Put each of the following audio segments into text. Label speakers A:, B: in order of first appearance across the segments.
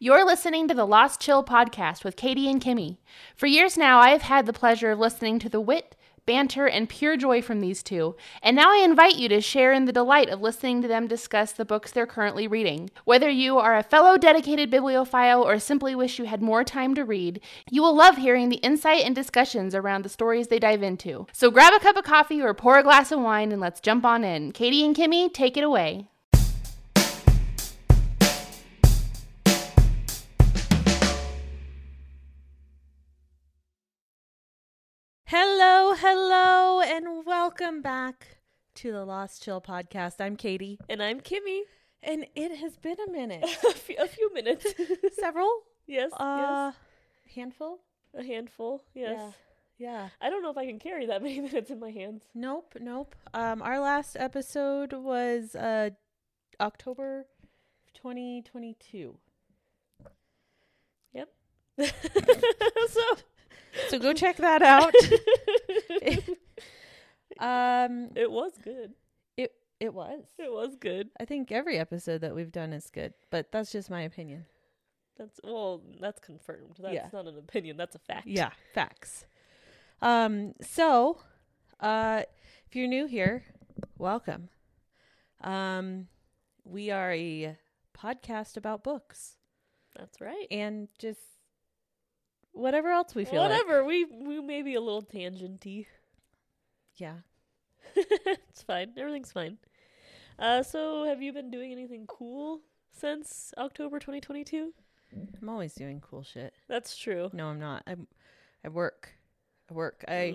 A: You're listening to the Lost Chill podcast with Katie and Kimmy. For years now, I have had the pleasure of listening to the wit, banter, and pure joy from these two, and now I invite you to share in the delight of listening to them discuss the books they're currently reading. Whether you are a fellow dedicated bibliophile or simply wish you had more time to read, you will love hearing the insight and discussions around the stories they dive into. So grab a cup of coffee or pour a glass of wine and let's jump on in. Katie and Kimmy, take it away.
B: Hello, hello, and welcome back to the Lost Chill podcast. I'm Katie,
C: And I'm Kimmy.
B: and it has been a minute.
C: a, few, a few minutes.
B: Several?
C: yes,
B: Uh, handful?
C: yes. A handful. Yes.
B: Yeah.
C: I don't know if I can carry that many minutes in my hands.
B: Nope, nope. Um, our last episode was uh, October 2022.
C: so,
B: So go check that out. um,
C: it was good.
B: it, it was.
C: It was good.
B: I think every episode that we've done is good, but that's just my opinion.
C: That's well, that's confirmed. That's
B: Yeah.
C: not an opinion. That's a fact.
B: Yeah, facts. Um, so, uh, if you're new here, welcome. Um, we are a podcast about books
C: That's right.
B: and just whatever else we feel. like.
C: Whatever. We we may be a little tangenty.
B: Yeah.
C: it's fine. Everything's fine. Uh, so have you been doing anything cool since October 2022?
B: I'm always doing cool shit.
C: That's true.
B: No, I'm not. I'm. I work. I work. I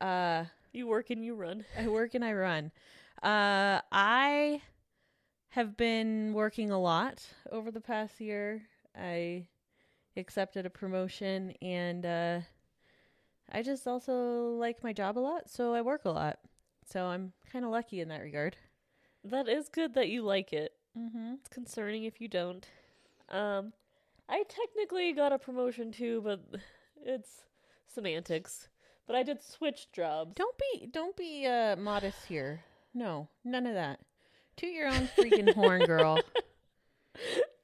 C: Ugh.
B: uh.
C: you work and you run.
B: I work and I run. Uh, I have been working a lot over the past year. I accepted a promotion and uh, I just also like my job a lot, so I work a lot. So I'm kind of lucky in that regard.
C: That is good that you like it.
B: Mm-hmm.
C: It's concerning if you don't. Um, I technically got a promotion too, but it's semantics. But I did switch jobs.
B: Don't be don't be uh, modest here. No, none of that. Toot your own freaking horn, girl.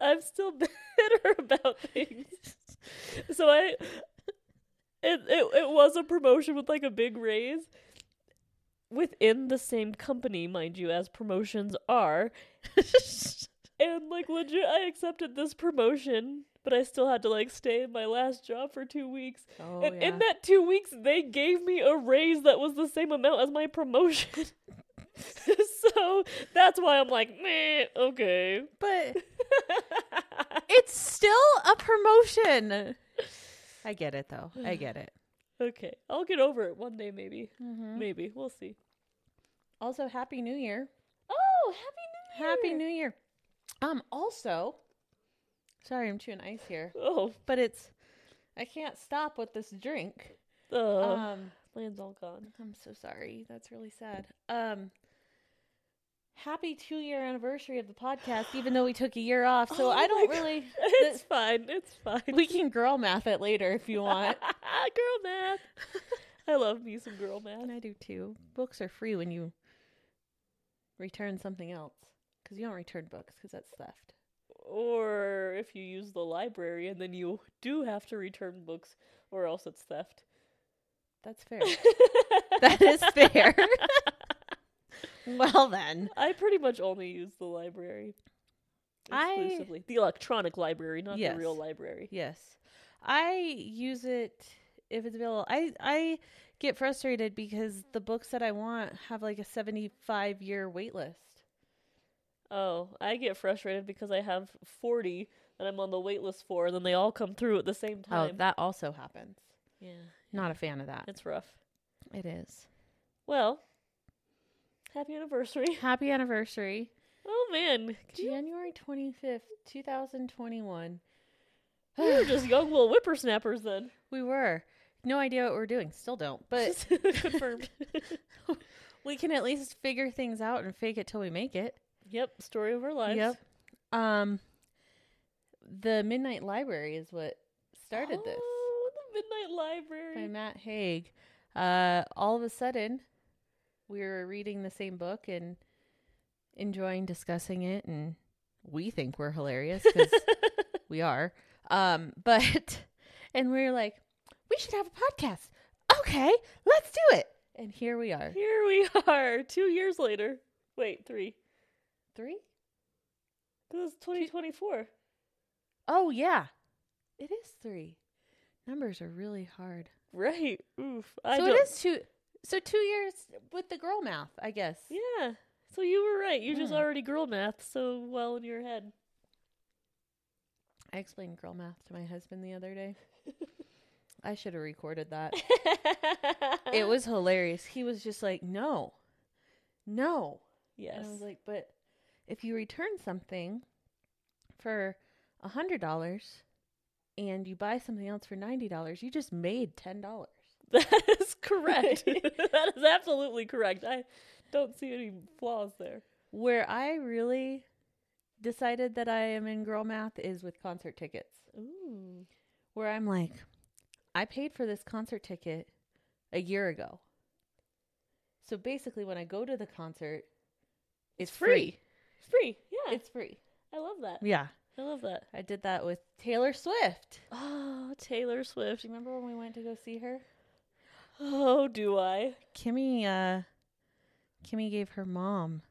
C: I'm still bitter about things. so I, it, it it was a promotion with like a big raise within the same company, mind you, as promotions are. and like legit, I accepted this promotion, but I still had to like stay in my last job for two weeks.
B: Oh
C: and
B: yeah.
C: in that two weeks, they gave me a raise that was the same amount as my promotion. so that's why I'm like, meh, okay.
B: but it's still a promotion. I get it though. I get it.
C: okay, I'll get over it one day, maybe.
B: Mm-hmm.
C: Maybe. We'll see.
B: Also, happy New Year!
C: Oh, Happy New Year!
B: Happy New Year. Um. Also, sorry, I'm chewing ice here,
C: Oh,
B: but it's I can't stop with this drink.
C: uh,
B: Um.
C: land's all gone.
B: I'm so sorry. That's really sad. Um. Happy two year anniversary of the podcast, even though we took a year off. So
C: Oh
B: I
C: my
B: don't
C: God.
B: really.
C: It's fine. It's fine.
B: We can girl math it later if you want.
C: girl math. I love me some girl
B: And
C: math.
B: I do too. Books are free when you return something else. Because you don't return books, because that's theft.
C: Or if you use the library and then you do have to return books, or else it's theft.
B: That's fair. that is fair. well, then.
C: I pretty much only use the library
B: I-
C: exclusively. The electronic library, not
B: Yes.
C: the real library.
B: Yes. I use it if it's available. I, I get frustrated because the books that I want have like a 75 year wait list.
C: Oh, I get frustrated because I have 40 that I'm on the wait list for, and then they all come through at the same time.
B: Oh, that also happens.
C: yeah,
B: Not a fan of that.
C: it's rough.
B: It is.
C: Well, happy anniversary.
B: Happy anniversary.
C: Oh man, Can you-
B: January 25th, 2021.
C: we were just young little whippersnappers then.
B: We were. No idea what we're doing. Still don't. But
C: Confirmed.
B: we can at least figure things out and fake it till we make it.
C: yep, story of our lives.
B: Um The Midnight Library is what started this
C: Oh, the Midnight
B: by
C: Library.
B: Matt Haig. Uh all of a sudden we were reading the same book and enjoying discussing it and we think we're hilarious cuz we are. Um, but and we were like, we should have a podcast. Okay, let's do it. And here we are.
C: Here we are, two years later. Wait, three.
B: Three?
C: This is 2024.
B: Oh yeah, it is three. Numbers are really hard.
C: Right. Oof. I
B: so
C: don't-
B: it is two. So two years with the girl mouth, I guess.
C: Yeah. So you were right. You just
B: Hmm.
C: already girl math so well in your head.
B: I explained girl math to my husband the other day. I should have recorded that. It was hilarious. He was just like, "No, no."
C: Yes.
B: And I was like, "But if you return something for a hundred dollars, and you buy something else for ninety dollars, you just made ten dollars."
C: that is correct. that is absolutely correct. I don't see any flaws there.
B: Where I really decided that I am in girl math is with concert tickets.
C: Ooh.
B: where I'm like, I paid for this concert ticket a year ago. So basically, when I go to the concert, it's, free.
C: It's free. Yeah.
B: It's free.
C: I love that.
B: Yeah.
C: I love that.
B: I did that with Taylor Swift.
C: Oh, Taylor Swift.
B: Do you remember when we went to go see her?
C: Oh, do I?
B: Kimmy, uh, Kimmy gave her mom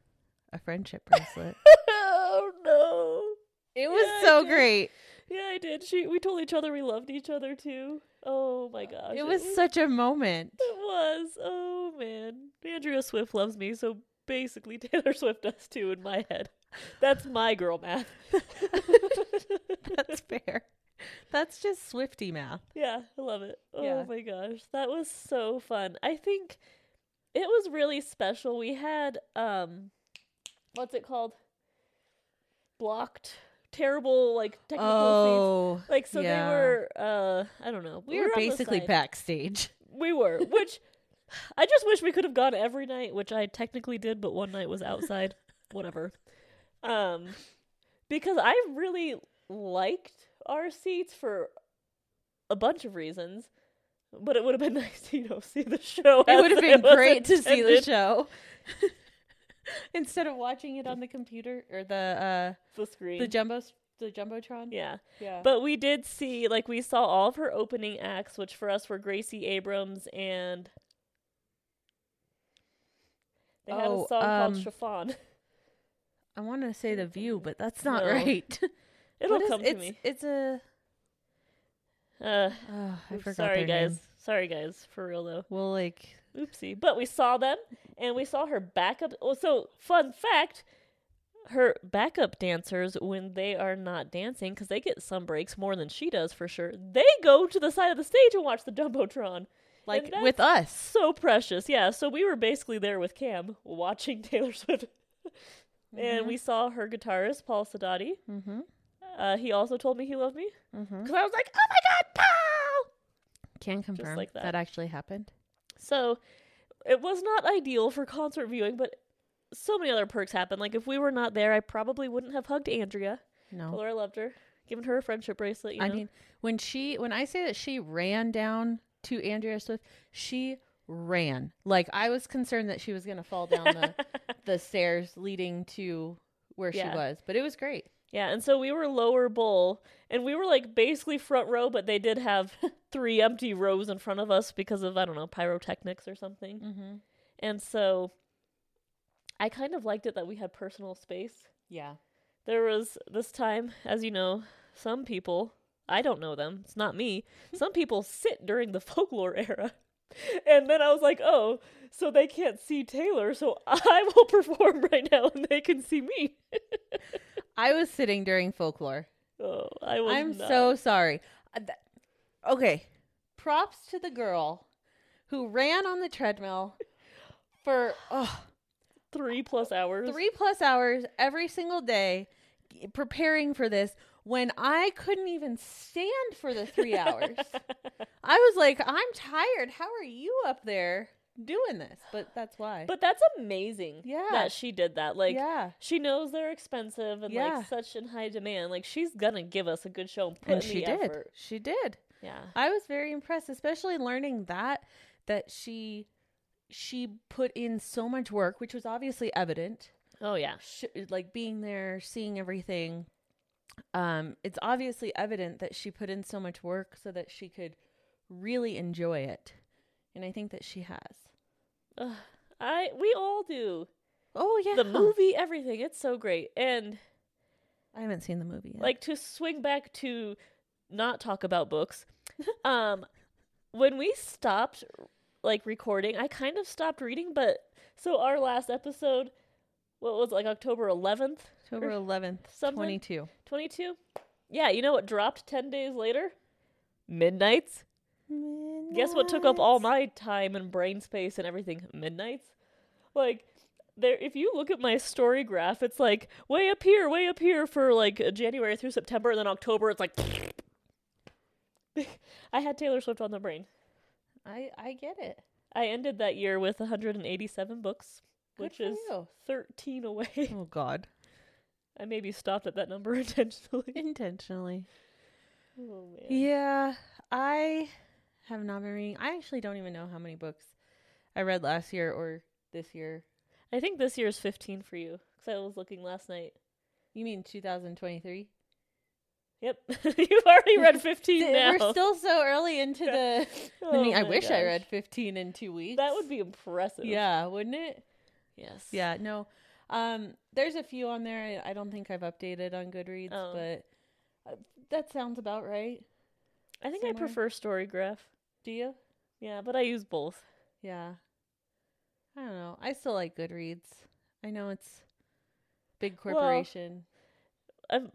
B: a friendship bracelet.
C: Oh no.
B: it
C: was
B: was
C: so
B: so great.
C: Yeah, I did. She we told each other we loved each other too. Oh my gosh.
B: Uh, It was such a moment.
C: It was. Oh man. Andrea Swift loves me, so basically Taylor Swift does too in my head. That's my girl math.
B: That's fair. That's just Swifty math.
C: yeah, I love it. Oh
B: Yeah.
C: my gosh. That was so fun. I think it was really special. We had um what's it called? Blocked terrible like technical things. Like so
B: Oh, yeah.
C: they were uh I don't know.
B: we were
C: on the
B: basically
C: side.
B: backstage.
C: We were, which I just wish we could have gone every night, which I technically did, but one night was outside. Whatever. Um because I really liked our seats for a bunch of reasons. But it would have been nice to, you know, see the show.
B: It
C: as
B: would have been
C: was
B: great to see the
C: intended.
B: show instead of watching it on the computer or the
C: The
B: uh,
C: screen.
B: the jumbo the jumbotron.
C: yeah.
B: yeah.
C: But we did see, like, we saw all of her opening acts, which for us were Gracie Abrams and. They had
B: Oh,
C: a song called
B: um,
C: Chiffon.
B: I want to say the view, but that's not
C: No.
B: right.
C: It'll
B: What is-
C: come to
B: it's,
C: me.
B: It's a.
C: Uh,
B: Oh, I
C: oops,
B: forgot.
C: sorry,
B: their
C: guys.
B: name.
C: Sorry, guys. For real, though.
B: Well, like
C: Oopsie. But we saw them, and we saw her backup. Oh, so fun fact: her backup dancers, when they are not dancing, because they get some breaks more than she does for sure, they go to the side of the stage and watch the jumbotron.
B: like
C: that's
B: with us.
C: So precious, yeah. So we were basically there with Cam watching Taylor Swift, and we saw her guitarist Paul Sadati.
B: Mm-hmm.
C: Uh, he also told me he loved me
B: Mm-hmm.
C: because I was like, "Oh my God, Paul!"
B: Can confirm
C: like that.
B: that actually happened.
C: So it was not ideal for concert viewing, but so many other perks happened. Like if we were not there, I probably wouldn't have hugged Andrea.
B: No.
C: Laura loved her, given her a friendship bracelet. You
B: I
C: know?
B: mean, when she when I say that she ran down to Andrea Swift, she ran. Like I was concerned that she was going to fall down the the stairs leading to where
C: Yeah.
B: she was, but it was great.
C: yeah. And so we were lower bowl, and we were like basically front row, but they did have three empty rows in front of us because of I don't know pyrotechnics or something.
B: Mm-hmm.
C: And so I kind of liked it that we had personal space.
B: Yeah.
C: there was this time, as you know, some people, I don't know them, it's not me, some people sit during the folklore era. And then I was like, oh, so they can't see Taylor, so I will perform right now and they can see me.
B: I was sitting during folklore.
C: Oh, I was
B: I'm
C: not-
B: so sorry. Uh, th- okay. Props to the girl who ran on the treadmill for oh,
C: three plus hours.
B: three plus hours every single day g- preparing for this when I couldn't even stand for the three hours. I was like, I'm tired. How are you up there doing this? But that's why.
C: But that's amazing.
B: Yeah.
C: That she did that. Like
B: yeah.
C: she knows they're expensive and
B: Yeah.
C: like such in high demand. Like she's gonna give us a good show and put
B: And
C: in
B: she
C: the
B: did.
C: effort.
B: She did.
C: Yeah.
B: I was very impressed, especially learning that that she she put in so much work, which was obviously evident.
C: Oh yeah.
B: Sh like being there, seeing everything, um, it's obviously evident that she put in so much work so that she could really enjoy it. And I think that she has.
C: Ugh, I we all do.
B: Oh, yeah.
C: The movie, everything. It's so great. And
B: I haven't seen the movie yet.
C: like to swing back to not talk about books. um when we stopped like recording, I kind of stopped reading, but so our last episode what was it, like October 11th,
B: October 11th,
C: er, something.
B: 22.
C: 22? Yeah, you know what dropped 10 days later? Midnights. Guess what took up all my time and brain space and everything? Midnights. Like there if you look at my story graph, it's like way up here, way up here for like January through September and then October it's like I had Taylor Swift on the brain.
B: I, I get it.
C: I ended that year with 187 books,
B: Good
C: which
B: for
C: is
B: you.
C: 13 away.
B: Oh, God.
C: I maybe stopped at that number intentionally.
B: Intentionally.
C: Oh man.
B: Yeah, I have not been reading. I actually don't even know how many books I read last year or this year.
C: I think this year's 15 for you cuz I was looking last night.
B: You mean 2023?
C: Yep. You've already read 15 now.
B: We're still so early into the. I
C: Oh
B: mean, I
C: my
B: wish I
C: gosh.
B: read 15 in two weeks.
C: That would be impressive.
B: Yeah, wouldn't it?
C: Yes.
B: Yeah, no. Um, there's a few on there. I- I don't think I've updated on Goodreads,
C: Oh.
B: but uh, that sounds about right.
C: I think I
B: Somewhere.
C: prefer story graph.
B: Do you?
C: Yeah, but I use both.
B: Yeah. I don't know. I still like Goodreads. I know it's big
C: Well,
B: corporation.
C: I'm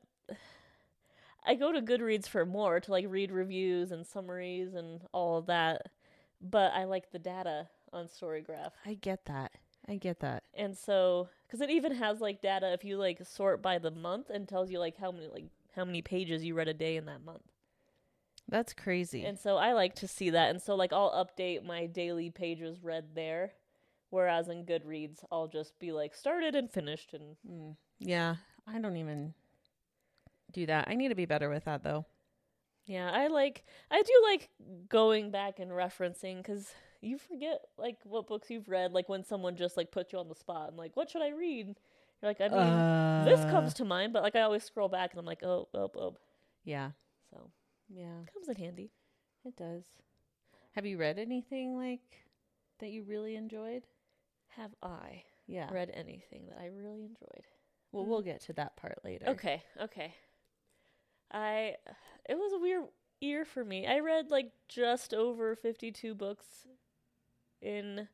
C: I go to Goodreads for more to like read reviews and summaries and all of that, but I like the data on StoryGraph.
B: I get that. I get that.
C: And so cuz it even has like data if you like sort by the month and tells you like how many like how many pages you read a day in that month.
B: That's crazy.
C: And so I like to see that and so like I'll update my daily pages read there whereas in Goodreads I'll just be like started and finished and
B: Mm, yeah, I don't even do that. I need to be better with that though.
C: Yeah, I like I do like going back and referencing cuz you forget like what books you've read like when someone just like puts you on the spot and like what should I read? You're like I mean this
B: Uh,
C: comes to mind but like I always scroll back and I'm like oh oh oh
B: Yeah,
C: so
B: yeah,
C: it comes in handy.
B: it does. Have you read anything like that you really enjoyed?
C: Have I
B: Yeah.
C: read anything that I really enjoyed?
B: Well, we'll get to that part later.
C: Okay, okay. I it was a weird year for me. I read like just over 52 books in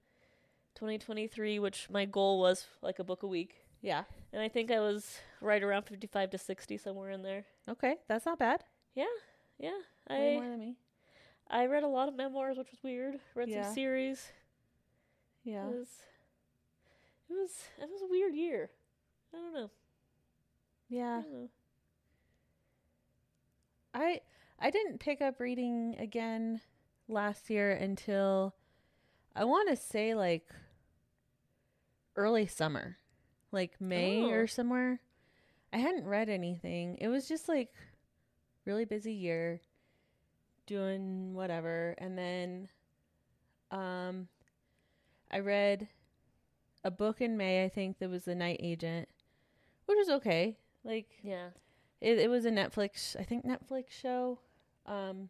C: 2023, which my goal was like a book a week.
B: Yeah.
C: And I think I was right around 55 to 60 somewhere in there.
B: Okay, that's not bad.
C: Yeah. Yeah.
B: Way
C: I
B: more than me.
C: I read a lot of memoirs, which was weird. Read
B: Yeah.
C: some series.
B: Yeah.
C: It was It was it was a weird year. I don't know. I
B: Yeah.
C: don't know.
B: I I didn't pick up reading again last year until I want to say like early summer, like May
C: Oh.
B: or somewhere. I hadn't read anything. It was just like really busy year doing whatever and then um I read a book in May, I think that was The Night Agent, which was okay. Like
C: Yeah.
B: it, it was a Netflix, I think Netflix show, um,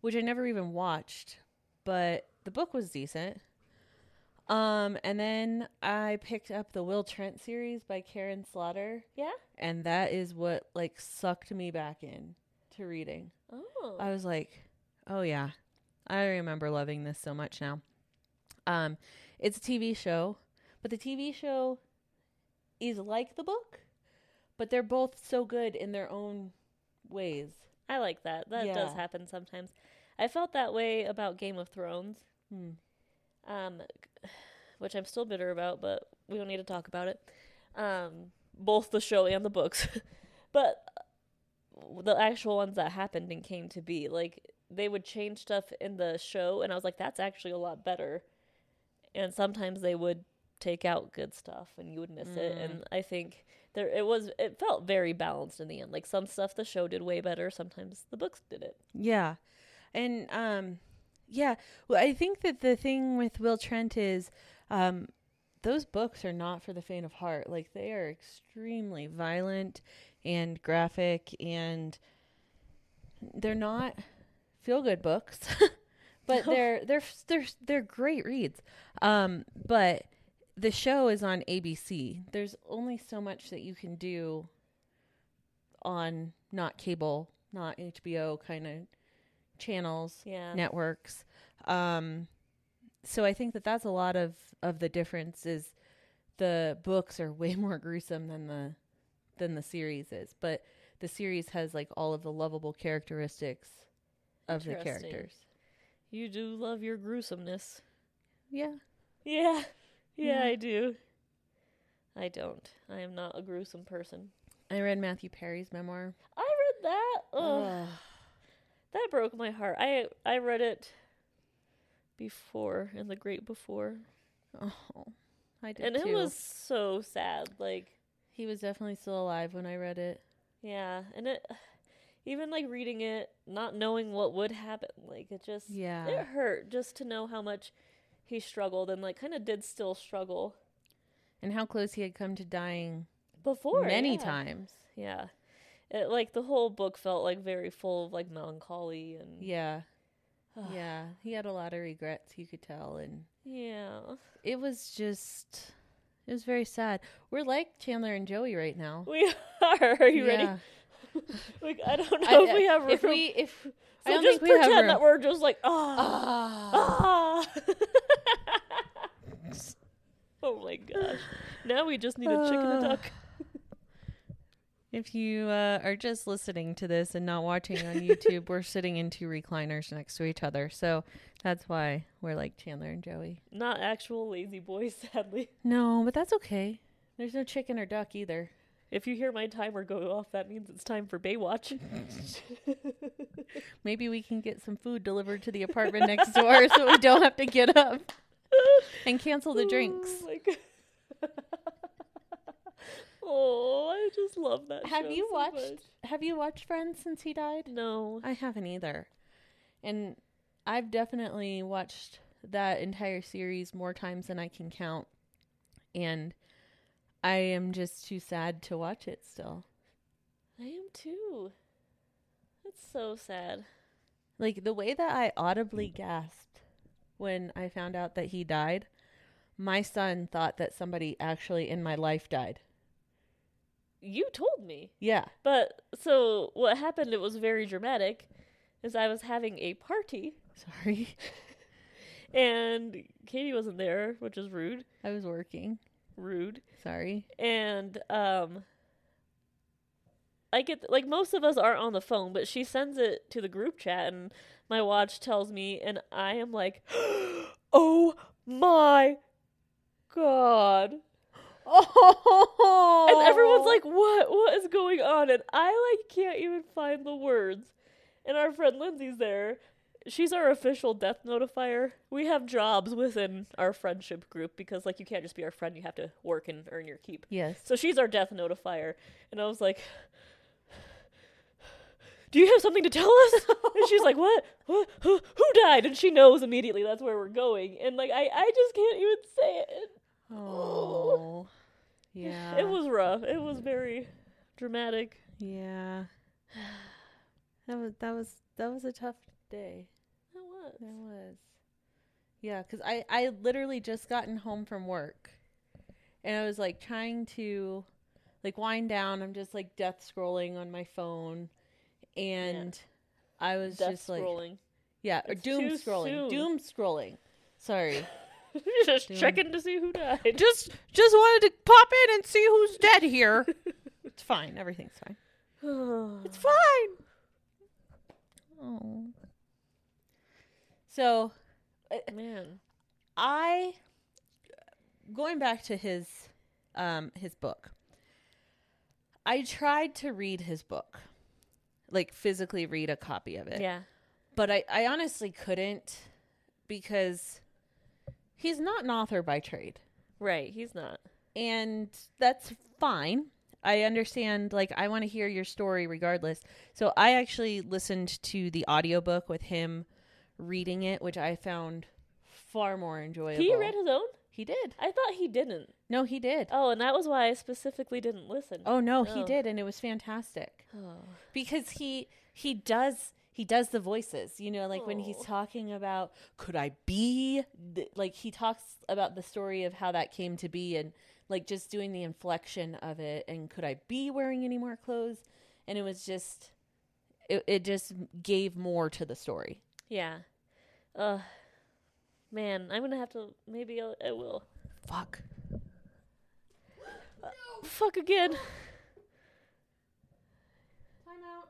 B: which I never even watched, but the book was decent. Um, and then I picked up the Will Trent series by Karen Slaughter,
C: Yeah.
B: and that is what like sucked me back in to reading.
C: Oh.
B: I was like, oh yeah, I remember loving this so much now. Um, it's a TV show, but the TV show is like the book, but they're both so good in their own ways.
C: I like that. That does
B: Yeah.
C: happen sometimes. I felt that way about Game of Thrones,
B: Hmm.
C: um, which I'm still bitter about, but we don't need to talk about it. Um, both the show and the books, but uh, the actual ones that happened and came to be, like they would change stuff in the show, and I was like, that's actually a lot better. And sometimes they would take out good stuff, and you would miss it.
B: Mm.
C: And I think there it was. It felt very balanced in the end. Like some stuff the show did way better. Sometimes the books did it.
B: Yeah. And um yeah, well I think that the thing with Will Trent is um those books are not for the faint of heart. Like they are extremely violent and graphic and they're not feel good books, but
C: No.
B: they're they're they're they're great reads. Um, but the show is on ABC. There's only so much that you can do on not cable, not HBO kind of channels,
C: Yeah.
B: networks. Um, so I think that that's a lot of of the difference is the books are way more gruesome than the than the series is, but the series has like all of the lovable characteristics of the
C: Interesting.
B: characters.
C: You do love your gruesomeness.
B: Yeah.
C: Yeah. Yeah,
B: Yeah.
C: I do. I don't. I am not a gruesome person.
B: I read Matthew Perry's memoir.
C: I read that. Ugh. That broke my heart. I I read it before in the great before.
B: Oh, I did
C: and
B: too.
C: it was so sad. Like
B: he was definitely still alive when I read it.
C: yeah, and it even like reading it, not knowing what would happen, like it just
B: Yeah.
C: it hurt just to know how much he struggled and like kind of did still struggle
B: and how close he had come to dying
C: before
B: many
C: yeah.
B: times.
C: Yeah. It like the whole book felt like very full of like melancholy and
B: Yeah. yeah. He had a lot of regrets, you could tell. And
C: yeah.
B: it was just, it was very sad. We're like Chandler and Joey right now.
C: We are. Are you
B: Yeah.
C: ready? like I don't know
B: I-
C: if we have room.
B: If we, if, I
C: So
B: don't
C: just
B: think we have
C: pretend
B: room.
C: that we're just like ah
B: Ah.
C: ah. oh my gosh! Now we just need a chicken and a duck.
B: Ah. If you uh, are just listening to this and not watching on YouTube, we're sitting in two recliners next to each other. So that's why we're like Chandler and Joey.
C: Not actual lazy boy, sadly.
B: No, but that's okay. There's no chicken or duck either.
C: If you hear my timer go off, that means it's time for Baywatch.
B: Maybe we can get some food delivered to the apartment next door so we don't have to get up and cancel the drinks.
C: Oh, my God. oh, I just love that.
B: Have
C: show
B: you
C: so
B: watched
C: much.
B: Have you watched Friends since he died?
C: No.
B: I haven't either. And I've definitely watched that entire series more times than I can count. And I am just too sad to watch it still.
C: I am too. That's so sad.
B: Like the way that I audibly gasped when I found out that he died, my son thought that somebody actually in my life died.
C: You told me.
B: Yeah.
C: But so what happened? It was very dramatic. Is I was having a party
B: Sorry.
C: and Katie wasn't there, which is rude,
B: I was working.
C: rude.
B: Sorry.
C: And um, I get like most of us aren't on the phone, but she sends it to the group chat, and my watch tells me, and I am like, oh my god.
B: Oh.
C: And everyone's like, "What? What is going on?" And I like can't even find the words. And our friend Lindsay's there. She's our official death notifier. We have jobs within our friendship group because like you can't just be our friend, you have to work and earn your keep.
B: Yes.
C: So she's our death notifier. And I was like, "Do you have something to tell us?" and she's like, "What? What? Who, who died?" And she knows immediately that's where we're going. And like I I just can't even say it.
B: Oh. Yeah.
C: It was rough. It was very dramatic.
B: Yeah. That was that was that was a tough day.
C: It was.
B: That was. Yeah, cuz I I literally just gotten home from work. And I was like trying to like wind down. I'm just like death scrolling on my phone and I was
C: Death
B: just like
C: scrolling.
B: yeah, or
C: It's
B: doom
C: too
B: scrolling.
C: soon.
B: Doom scrolling. Sorry.
C: just
B: Doom.
C: checking to see who died.
B: just just wanted to pop in and see who's dead here. it's fine. Everything's fine.
C: it's
B: It's fine. Oh. So
C: man.
B: I going back to his um his book. I tried to read his book. Like physically read a copy of it.
C: Yeah.
B: But I, I honestly couldn't because he's not an author by trade.
C: Right. He's not.
B: and that's fine. I understand like I want to hear your story regardless. So I actually listened to the audiobook with him reading it, which I found far more enjoyable.
C: He read his own.
B: He did.
C: I thought he didn't.
B: No, he did. Oh,
C: Oh, and that was why I specifically didn't listen.
B: no, he
C: Oh.
B: did, and it was fantastic
C: Oh.
B: because he he does he does the voices. You know, like when he's
C: Oh.
B: talking about could I be th-" like he talks about the story of how that came to be and like just doing the inflection of it and could I be wearing any more clothes? And it was just it it just gave more to the story.
C: Yeah. Ugh. Man, I'm gonna have to. Maybe I'll, I will.
B: Fuck.
C: Fuck again.
B: Time out.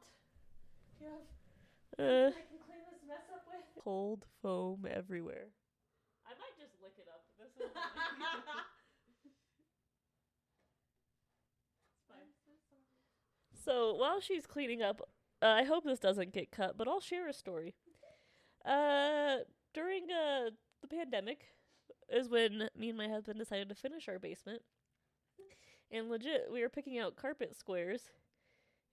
C: Uh,
B: I can clean this mess up with cold foam everywhere.
C: I might just lick it up. This So while she's cleaning up, uh, I hope this doesn't get cut, but I'll share a story. Uh, during uh, the pandemic is when me and my husband decided to finish our basement. And legit, we were picking out carpet squares.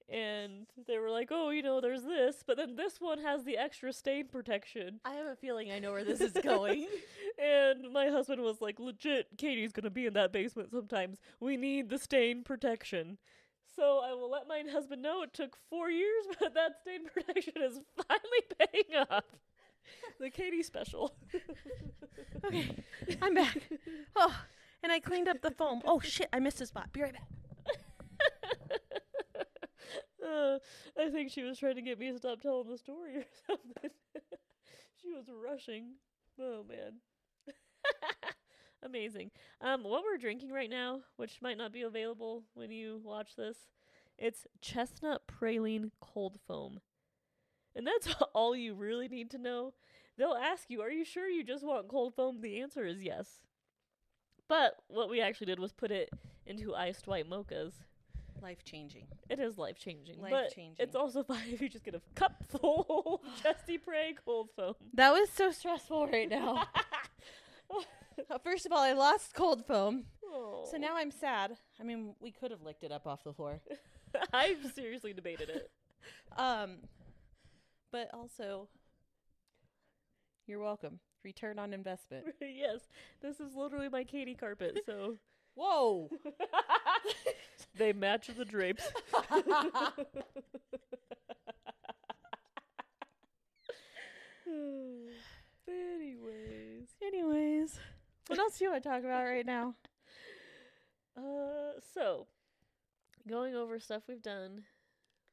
C: And they were like, oh, you know, there's this, but then this one has the extra stain protection.
B: I have a feeling I know where this is going.
C: And my husband was like, legit, Katie's gonna be in that basement sometimes. We need the stain protection. So I will let my husband know it took four years, but that stain protection is finally paying up. The Katie special.
B: okay, I'm back. Oh, and I cleaned up the foam. Oh shit, I missed a spot. Be right back.
C: Uh, I think she was trying to get me to stop telling the story or something. she was rushing. Oh man. Amazing. Um, what we're drinking right now, which might not be available when you watch this, it's chestnut praline cold foam. And that's all you really need to know. They'll ask you, Are you sure you just want cold foam? The answer is yes. But what we actually did was put it into iced white mochas.
B: Life changing.
C: It is life changing. Life changing.
B: Life-changing.
C: It's also fine if you just get a cup full of Chesty Prey cold foam.
B: That was so stressful right now. Uh, First of all, I lost cold foam,
C: Oh.
B: so now I'm sad. I mean, we could have licked it up off the floor.
C: I've seriously debated it.
B: Um, but also, you're welcome. Return on investment.
C: yes, this is literally my Katie carpet, so
B: Whoa.
C: they match the drapes. Anyways,
B: Anyways, what else do you want to talk about right now?
C: uh, so going over stuff we've done,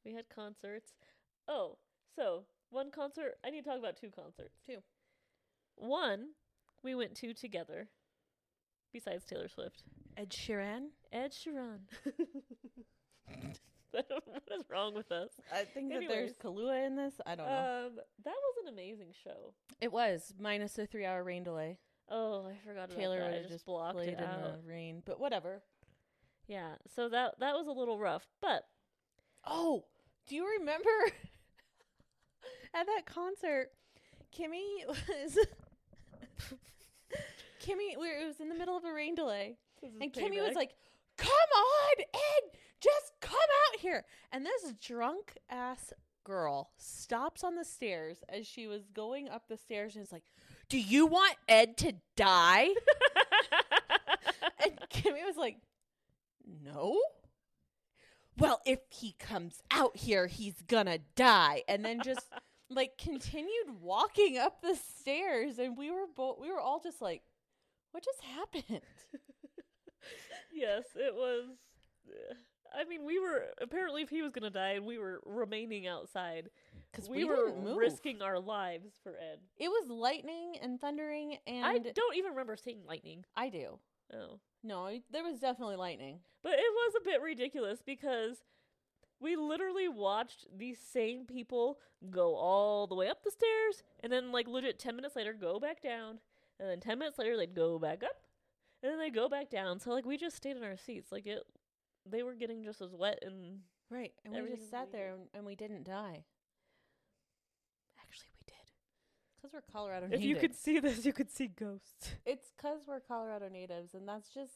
C: we had concerts. Oh, so one concert. I need to talk about two concerts.
B: Two.
C: One we went to together, besides Taylor Swift.
B: Ed Sheeran.
C: Ed Sheeran. I don't know what is wrong with us.
B: I think
C: that there's
B: Kahlua in this. I don't
C: Um, that was an amazing show.
B: Uh, It was minus the three-hour rain delay.
C: Oh, I forgot about
B: Taylor
C: that. I
B: would have
C: just,
B: just
C: blocked
B: played
C: it
B: in
C: out.
B: the rain, but whatever.
C: Yeah, so that that was a little rough, but
B: Oh, do you remember at that concert, Kimmy was Kimmy? We it was in the middle of a rain delay,
C: this is
B: and Kimmy
C: payback.
B: was like, "Come on, Ed, just come out here!" And this drunk ass girl stops on the stairs as she was going up the stairs and is like, "Do you want Ed to die?" And Kimmy was like, No. Well, if he comes out here, he's gonna die. And then just like continued walking up the stairs and we were both we were all just like, What just happened?
C: yes, it was. eh, I mean, we were apparently if he was gonna die, and we were remaining outside.
B: Because
C: we, were risking our lives for Ed.
B: it was lightning and thundering and
C: I don't even remember seeing lightning.
B: I do.
C: Oh,
B: No, I- there was definitely lightning.
C: But it was a bit ridiculous because we literally watched these same people go all the way up the stairs and then like legit 10 minutes later go back down and then 10 minutes later they'd go back up and then they go back down. So like we just stayed in our seats like it they were getting just as wet and
B: Right. And we
C: Everything
B: just
C: was
B: sat there
C: legal.
B: and, and we didn't die. Actually we did. Because we're Colorado
C: if you
B: natives.
C: could see this you could see ghosts
B: It's because we're Colorado natives, and that's just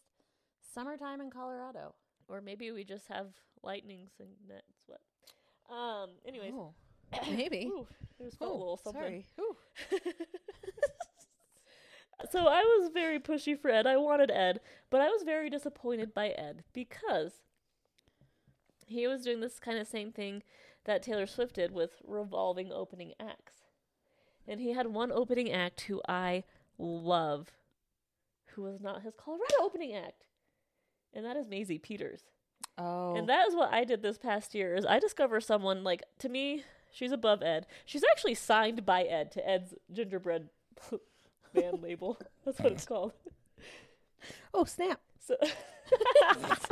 B: summertime in Colorado.
C: or maybe we just have lightnings and that's what um anyways
B: Oh, maybe. Oh,
C: Ooh, it was felt a little something
B: Ooh.
C: So I was very pushy for Ed. I wanted Ed, but I was very disappointed by Ed because he was doing this kind of same thing that Taylor Swift did with revolving opening acts. And he had one opening act who I love, who was not his Colorado opening act. And that is Maisie Peters.
B: Oh.
C: And that is what I did this past year is I discover someone like to me, she's above Ed. She's actually signed by Ed to Ed's gingerbread man label. That's what it's called.
B: oh, snap.
C: So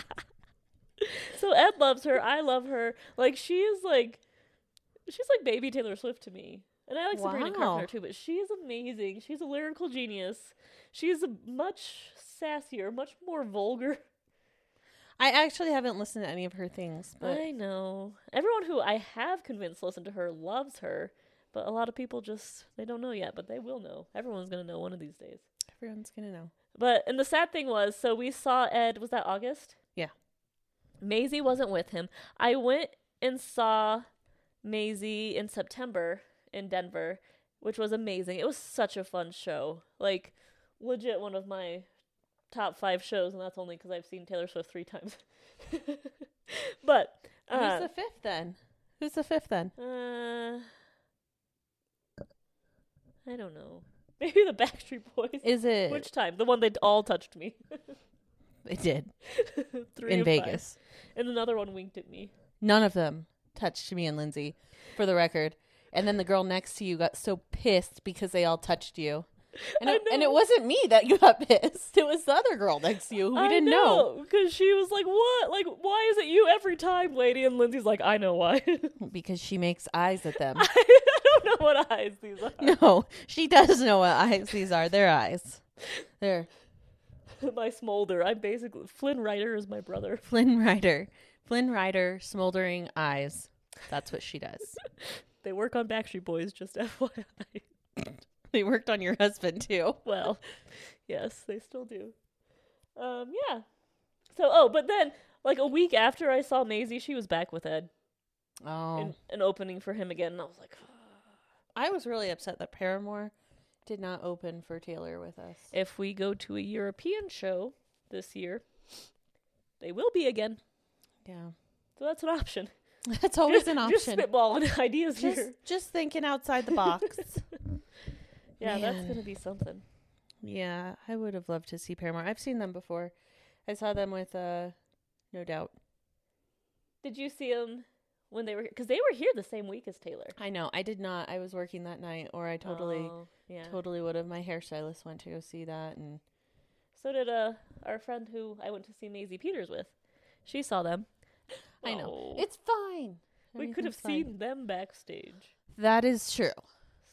C: So Ed loves her, I love her. Like she is like she's like baby Taylor Swift to me. And I like Sabrina
B: Wow.
C: Carpenter too, but she is amazing. She's a lyrical genius. She's a much sassier, much more vulgar
B: I actually haven't listened to any of her things, but
C: I know. Everyone who I have convinced to listen to her loves her, but a lot of people just they don't know yet, but they will know. Everyone's gonna know one of these days.
B: everyone's gonna know.
C: But and the sad thing was, so we saw Ed. Was that August?
B: Yeah.
C: Maisie wasn't with him. I went and saw Maisie in September in Denver, which was amazing. It was such a fun show. Like, legit one of my top five shows, and that's only because I've seen Taylor Swift three times. but uh,
B: Who's the fifth then? Who's the fifth then?
C: uh, I don't know. Maybe the Backstreet Boys.
B: Is it?
C: Which time? The one they all touched me.
B: it did
C: Three
B: in
C: of five.
B: Vegas.
C: And another one winked at me.
B: None of them touched me and Lindsay, for the record. And then the girl next to you got so pissed because they all touched you. And
C: I
B: it, and
C: know.
B: it wasn't me that you got pissed. It was the other girl next to you who we
C: I
B: didn't know.
C: because she was like, "What? Like, why is it you every time, lady?" And Lindsay's like, "I know why.
B: because she makes eyes at them.
C: I don't know what eyes these are.
B: no, she does know what eyes these are. They're eyes. They're
C: my smolder. I'm basically Flynn Rider is my brother.
B: Flynn Rider. Flynn Rider smoldering eyes. That's what she does.
C: They work on Backstreet Boys, just FYI.
B: they worked on your husband too.
C: well, yes, they still do. Um, yeah. So, oh, but then like a week after I saw Maisie, she was back with Ed
B: Oh.
C: and an opening for him again, and I was like,
B: I was really upset that Paramore did not open for Taylor with us.
C: if we go to a European show this year, they will be again.
B: Yeah.
C: So that's an option.
B: That's always
C: Just-
B: an
C: Just
B: option.
C: spitballing ideas
B: Just,
C: here.
B: just thinking outside the box.
C: Yeah, that's
B: Man.
C: gonna be something.
B: yeah, I would have loved to see Paramore. I've seen them before. I saw them with uh No Doubt.
C: Did you see them when they were? Because they were here the same week as Taylor.
B: I know. I did not. I was working that night or I totally
C: Oh, yeah.
B: totally would have. My hairstylist went to go see that and
C: So did uh our friend who I went to see Maisie Peters with. She saw them.
B: I know.
C: Oh.
B: It's fine.
C: we could have
B: Everything's fine.
C: seen them backstage.
B: That is true.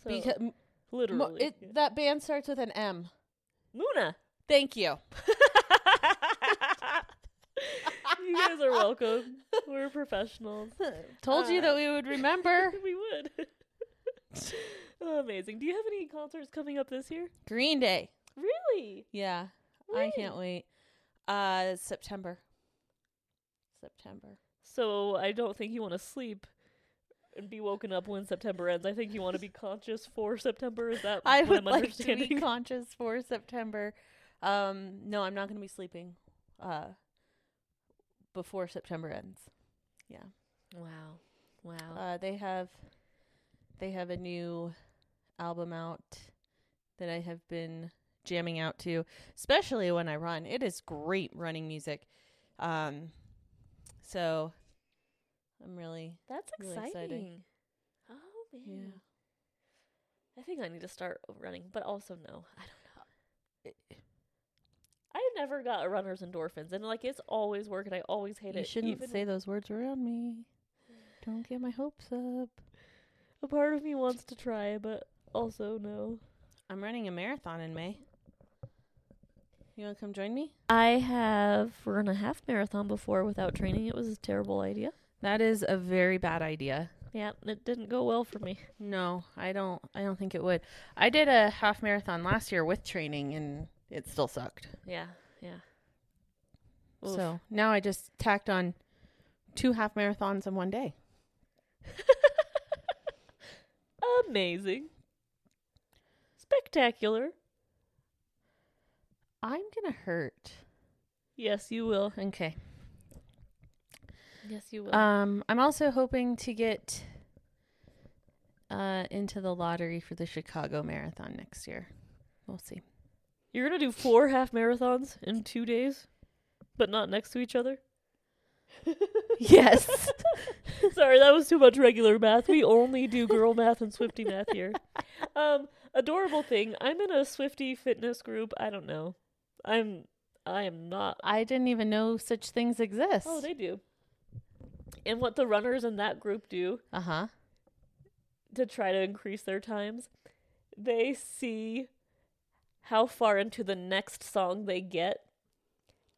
C: So,
B: because m- mo-
C: literally,
B: it, that band starts with an M.
C: Muna.
B: Thank you.
C: you guys are welcome. We're professionals.
B: Told you
C: Uh,
B: that we would remember.
C: we would. oh, amazing. Do you have any concerts coming up this year?
B: Green Day.
C: Really?
B: Yeah. I can't wait. Uh September. September.
C: So I don't think you want to sleep and be woken up when September ends. I think you want to be conscious for September. Is that
B: I
C: what
B: would
C: I'm
B: like to
C: understanding?
B: be conscious for September. Um no, I'm not going to be sleeping uh before September ends.
C: wow. Wow.
B: Uh they have they have a new album out that I have been jamming out to, especially when I run. It is great running music. Um so I'm really
C: That's
B: really exciting.
C: exciting. Oh man.
B: Yeah.
C: I think I need to start running, but also no. I don't know. I never got a runner's endorphins and like it's always work and I always hate it.
B: You shouldn't
C: even
B: say those words around me. Don't get my hopes up.
C: A part of me wants to try, but also no.
B: I'm running a marathon in May. You want to come join me?
C: I have run a half marathon before without training. It was a terrible idea.
B: That is a very bad idea.
C: Yeah, it didn't go well for me.
B: No, I don't. I don't think it would. I did a half marathon last year with training, and it still sucked.
C: Yeah, yeah. Oof.
B: So now I just tacked on two half marathons in one day.
C: Amazing. Spectacular.
B: I'm gonna hurt.
C: Yes, you will. Uh,
B: Okay.
C: Yes, you will.
B: Um, I'm also hoping to get uh into the lottery for the Chicago Marathon next year. We'll see.
C: You're gonna do four half marathons in two days, but not next to each other.
B: Yes.
C: Sorry, that was too much regular math. We only do girl math and Swifty math here. Um, adorable thing. I'm in a Swifty fitness group. I don't know. I'm. I am not.
B: I didn't even know such things exist.
C: Oh, they do. And what the runners in that group do
B: uh huh.
C: to try to increase their times, they see how far into the next song they get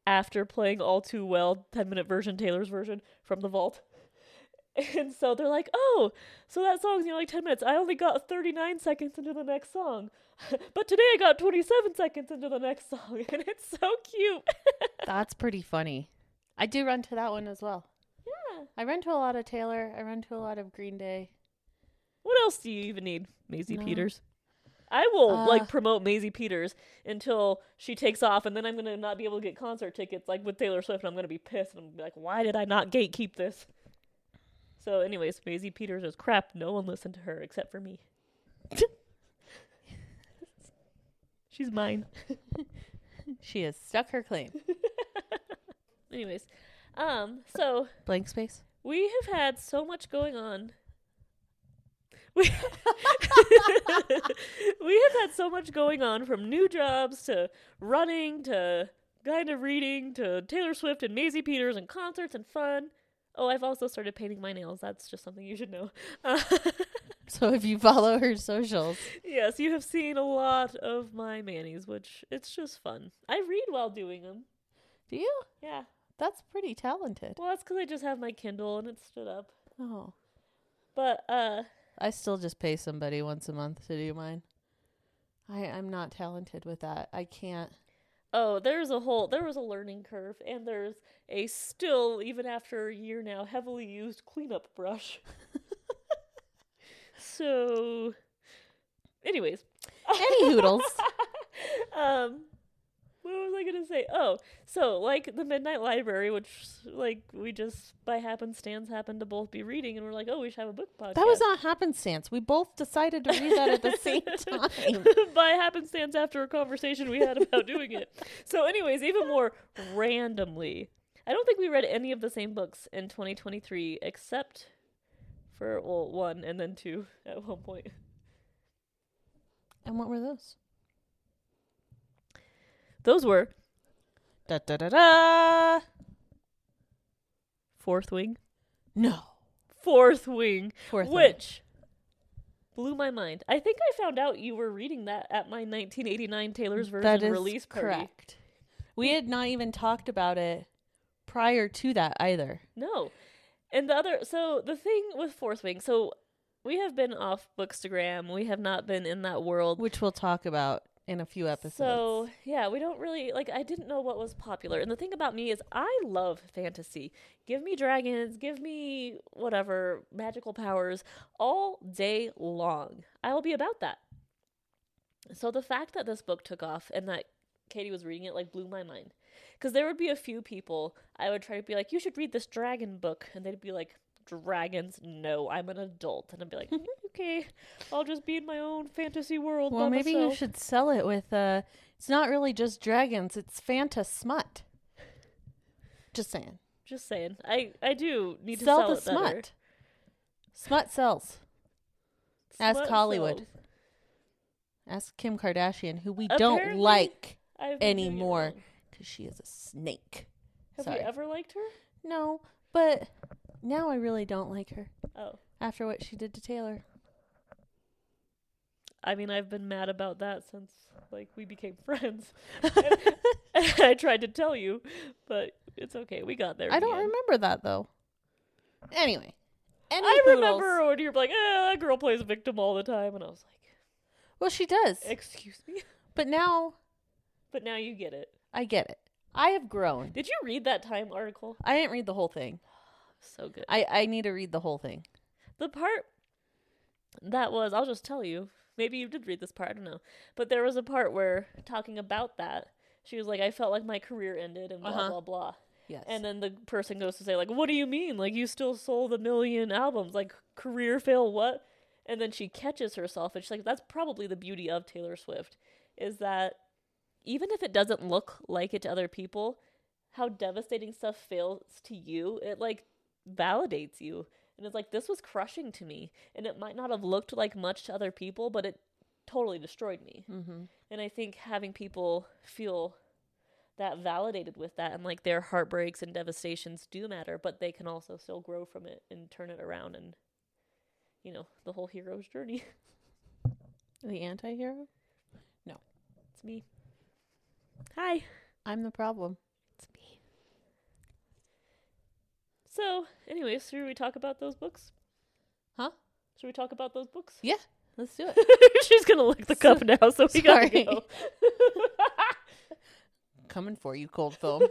C: after playing All Too Well, 10 minute version, Taylor's version from the vault. And so they're like, oh, so that song's only like 10 minutes. I only got 39 seconds into the next song. but today I got 27 seconds into the next song. And it's so cute.
B: That's pretty funny. I do run to that one as well.
C: yeah.
B: I run to a lot of Taylor. I run to a lot of Green Day.
C: What else do you even need, Maisie
B: No.
C: Peters? I will
B: Uh,
C: like promote Maisie Peters until she takes off, and then I'm gonna not be able to get concert tickets like with Taylor Swift. And I'm gonna be pissed, and I'm gonna be like, why did I not gatekeep this? So, anyways, Maisie Peters is crap. No one listened to her except for me. She's mine.
B: She has stuck her claim.
C: Anyways, um, so
B: Blank space.
C: We have had so much going on. We, we have had so much going on from new jobs to running to kind of reading to Taylor Swift and Maisie Peters and concerts and fun. Oh, I've also started painting my nails. That's just something you should know. Uh,
B: So if you follow her socials,
C: yes, you have seen a lot of my manis, which it's just fun. I read while doing them.
B: do you?
C: Yeah.
B: That's pretty talented.
C: Well, that's because I just have my Kindle and it stood up.
B: Oh.
C: But uh,
B: I still just pay somebody once a month to do mine. I, I'm not talented with that. I can't.
C: Oh, there's a whole there was a learning curve and there's a still even after a year now heavily used cleanup brush. so anyways,
B: Any hoodles.
C: um what was I going to say? Oh, so like the Midnight Library which like we just by happenstance happened to both be reading and we're like, "Oh, we should have a book podcast."
B: That was not happenstance. We both decided to read that at the same time.
C: by happenstance after a conversation we had about doing it. So, anyways, even more randomly, I don't think we read any of the same books in 2023 except for well, one and then two at one point.
B: And what were those?
C: Those were
B: Da da da da.
C: Fourth Wing,
B: No.
C: Fourth Wing,
B: Fourth one.
C: which blew my mind. I think I found out you were reading that at my 1989 Taylor's version
B: That is
C: release party.
B: correct. We had not even talked about it prior to that either.
C: No. And the other so the thing with Fourth Wing, so we have been off Bookstagram. We have not been in that world.
B: which we'll talk about in a few episodes.
C: So yeah, we don't really like I didn't know what was popular. And the thing about me is I love fantasy. Give me dragons, give me whatever, magical powers all day long. I will be about that. So the fact that this book took off and that Katie was reading it like blew my mind. Because there would be a few people I would try to be like, you should read this dragon book. And they'd be like, dragons? No, I'm an adult. And I'd be like, "Mm, okay, I'll just be in my own fantasy world.
B: well,
C: by
B: maybe
C: myself."
B: you should sell it with uh it's not really just dragons, it's Fanta smut. Just saying.
C: Just saying. I I do need to
B: sell,
C: sell
B: the
C: it better.
B: smut. Smut sells. Ask
C: Slut
B: Hollywood.
C: sells.
B: Ask Kim Kardashian, who we don't
C: Apparently-
B: like
C: I've been doing it
B: anymore
C: wrong.
B: because she is a snake.
C: Have
B: Sorry.
C: we ever liked her?
B: No, but now I really don't like her
C: Oh,
B: after what she did to Taylor.
C: I mean, I've been mad about that since like we became friends. and, and I tried to tell you, but it's okay. We got there.
B: I
C: in the
B: don't
C: end.
B: remember that though. Anyway, Any
C: I
B: poodles-
C: remember when you're like, "Ah, that girl plays victim all the time," and I was like,
B: Well, she does,
C: "Excuse me,"
B: but now
C: but now you get it.
B: I get it. I have grown.
C: Did you read that Time article?
B: I didn't read the whole thing.
C: So good.
B: I, I need to read the whole thing.
C: The part that was, I'll just tell you. Maybe you did read this part, I don't know. But there was a part where talking about that, She was like, I felt like my career ended and blah
B: Uh-huh.
C: blah blah.
B: Yes.
C: And uh, then the person goes to say, like, what do you mean? Like, you still sold a million albums. Like, career fail, what? And then she catches herself, and she's like, that's probably the beauty of Taylor Swift, is that even if it doesn't look like it to other people, how devastating stuff fails to you, it like validates you. And it's like, this was crushing to me. And it might not have looked like much to other people, but it totally destroyed me.
B: mm-hmm.
C: And I think having people feel that validated with that and like their heartbreaks and devastations do matter, but they can also still grow from it and turn it around and you know, the whole hero's journey.
B: the anti-hero.
C: It's me. Hi.
B: I'm the problem.
C: It's me. So, anyways, should we talk about those books?
B: Huh?
C: Should we talk about those books?
B: Yeah. Let's do it.
C: She's gonna lick the cup now, so we
B: Sorry.
C: gotta go.
B: Coming for you, cold film.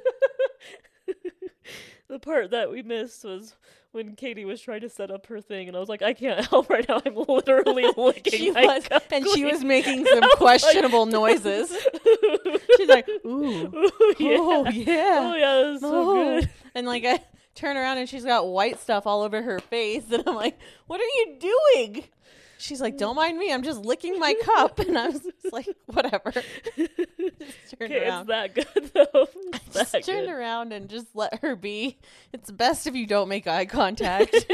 C: the part that we missed was when Katie was trying to set up her thing, and I was like, I can't help right now. I'm literally looking.
B: she
C: my Oh
B: was,
C: cup
B: and she
C: clean."
B: was making some questionable noises. Oh She's like, ooh,
C: oh yeah,
B: oh
C: oh
B: yeah,
C: yeah, that was so
B: oh.
C: good.
B: And like I turn around and she's got white stuff all over her face, and I'm like, what are you doing? She's like, don't mind me, I'm just licking my cup, and I was just like, whatever. Just turned
C: Okay, it's
B: around.
C: that good though. It's
B: Just
C: that
B: turned
C: good.
B: around and just let her be. It's best if you don't make eye contact.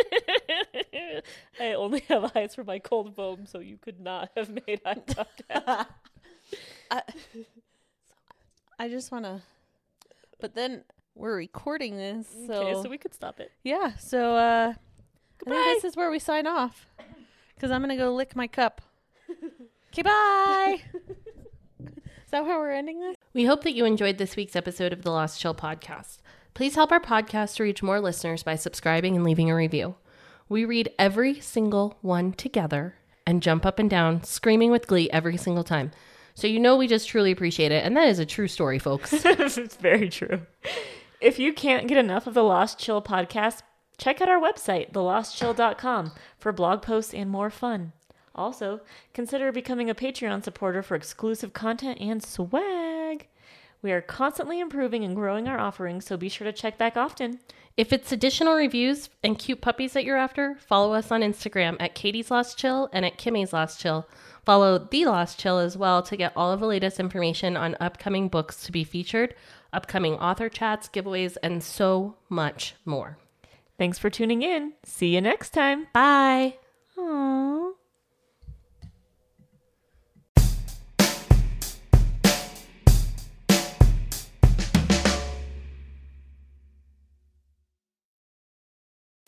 C: I only have eyes for my cold foam, so you could not have made eye contact.
B: I, I just want to. But then we're recording this, so,
C: okay, so we could stop it.
B: yeah. So uh, I
C: Goodbye.
B: think this is where we sign off because I'm gonna go lick my cup. Okay, bye. is that how we're ending this?
A: We hope that you enjoyed this week's episode of the Lost Chill podcast. Please help our podcast to reach more listeners by subscribing and leaving a review. We read every single one together and jump up and down, screaming with glee every single time. So you know we just truly appreciate it. And that is a true story, folks.
C: it's very true. If you can't get enough of the Lost Chill podcast, check out our website, thelostchill.com, for blog posts and more fun. Also, consider becoming a Patreon supporter for exclusive content and swag. We are constantly improving and growing our offerings, so be sure to check back often.
A: If it's additional reviews and cute puppies that you're after, follow us on Instagram at Katie's Lost Chill and at Kimmy's Lost Chill. Follow The Lost Chill as well to get all of the latest information on upcoming books to be featured, upcoming author chats, giveaways, and so much more.
C: Thanks for tuning in. See you next time.
A: Bye.
C: Aww.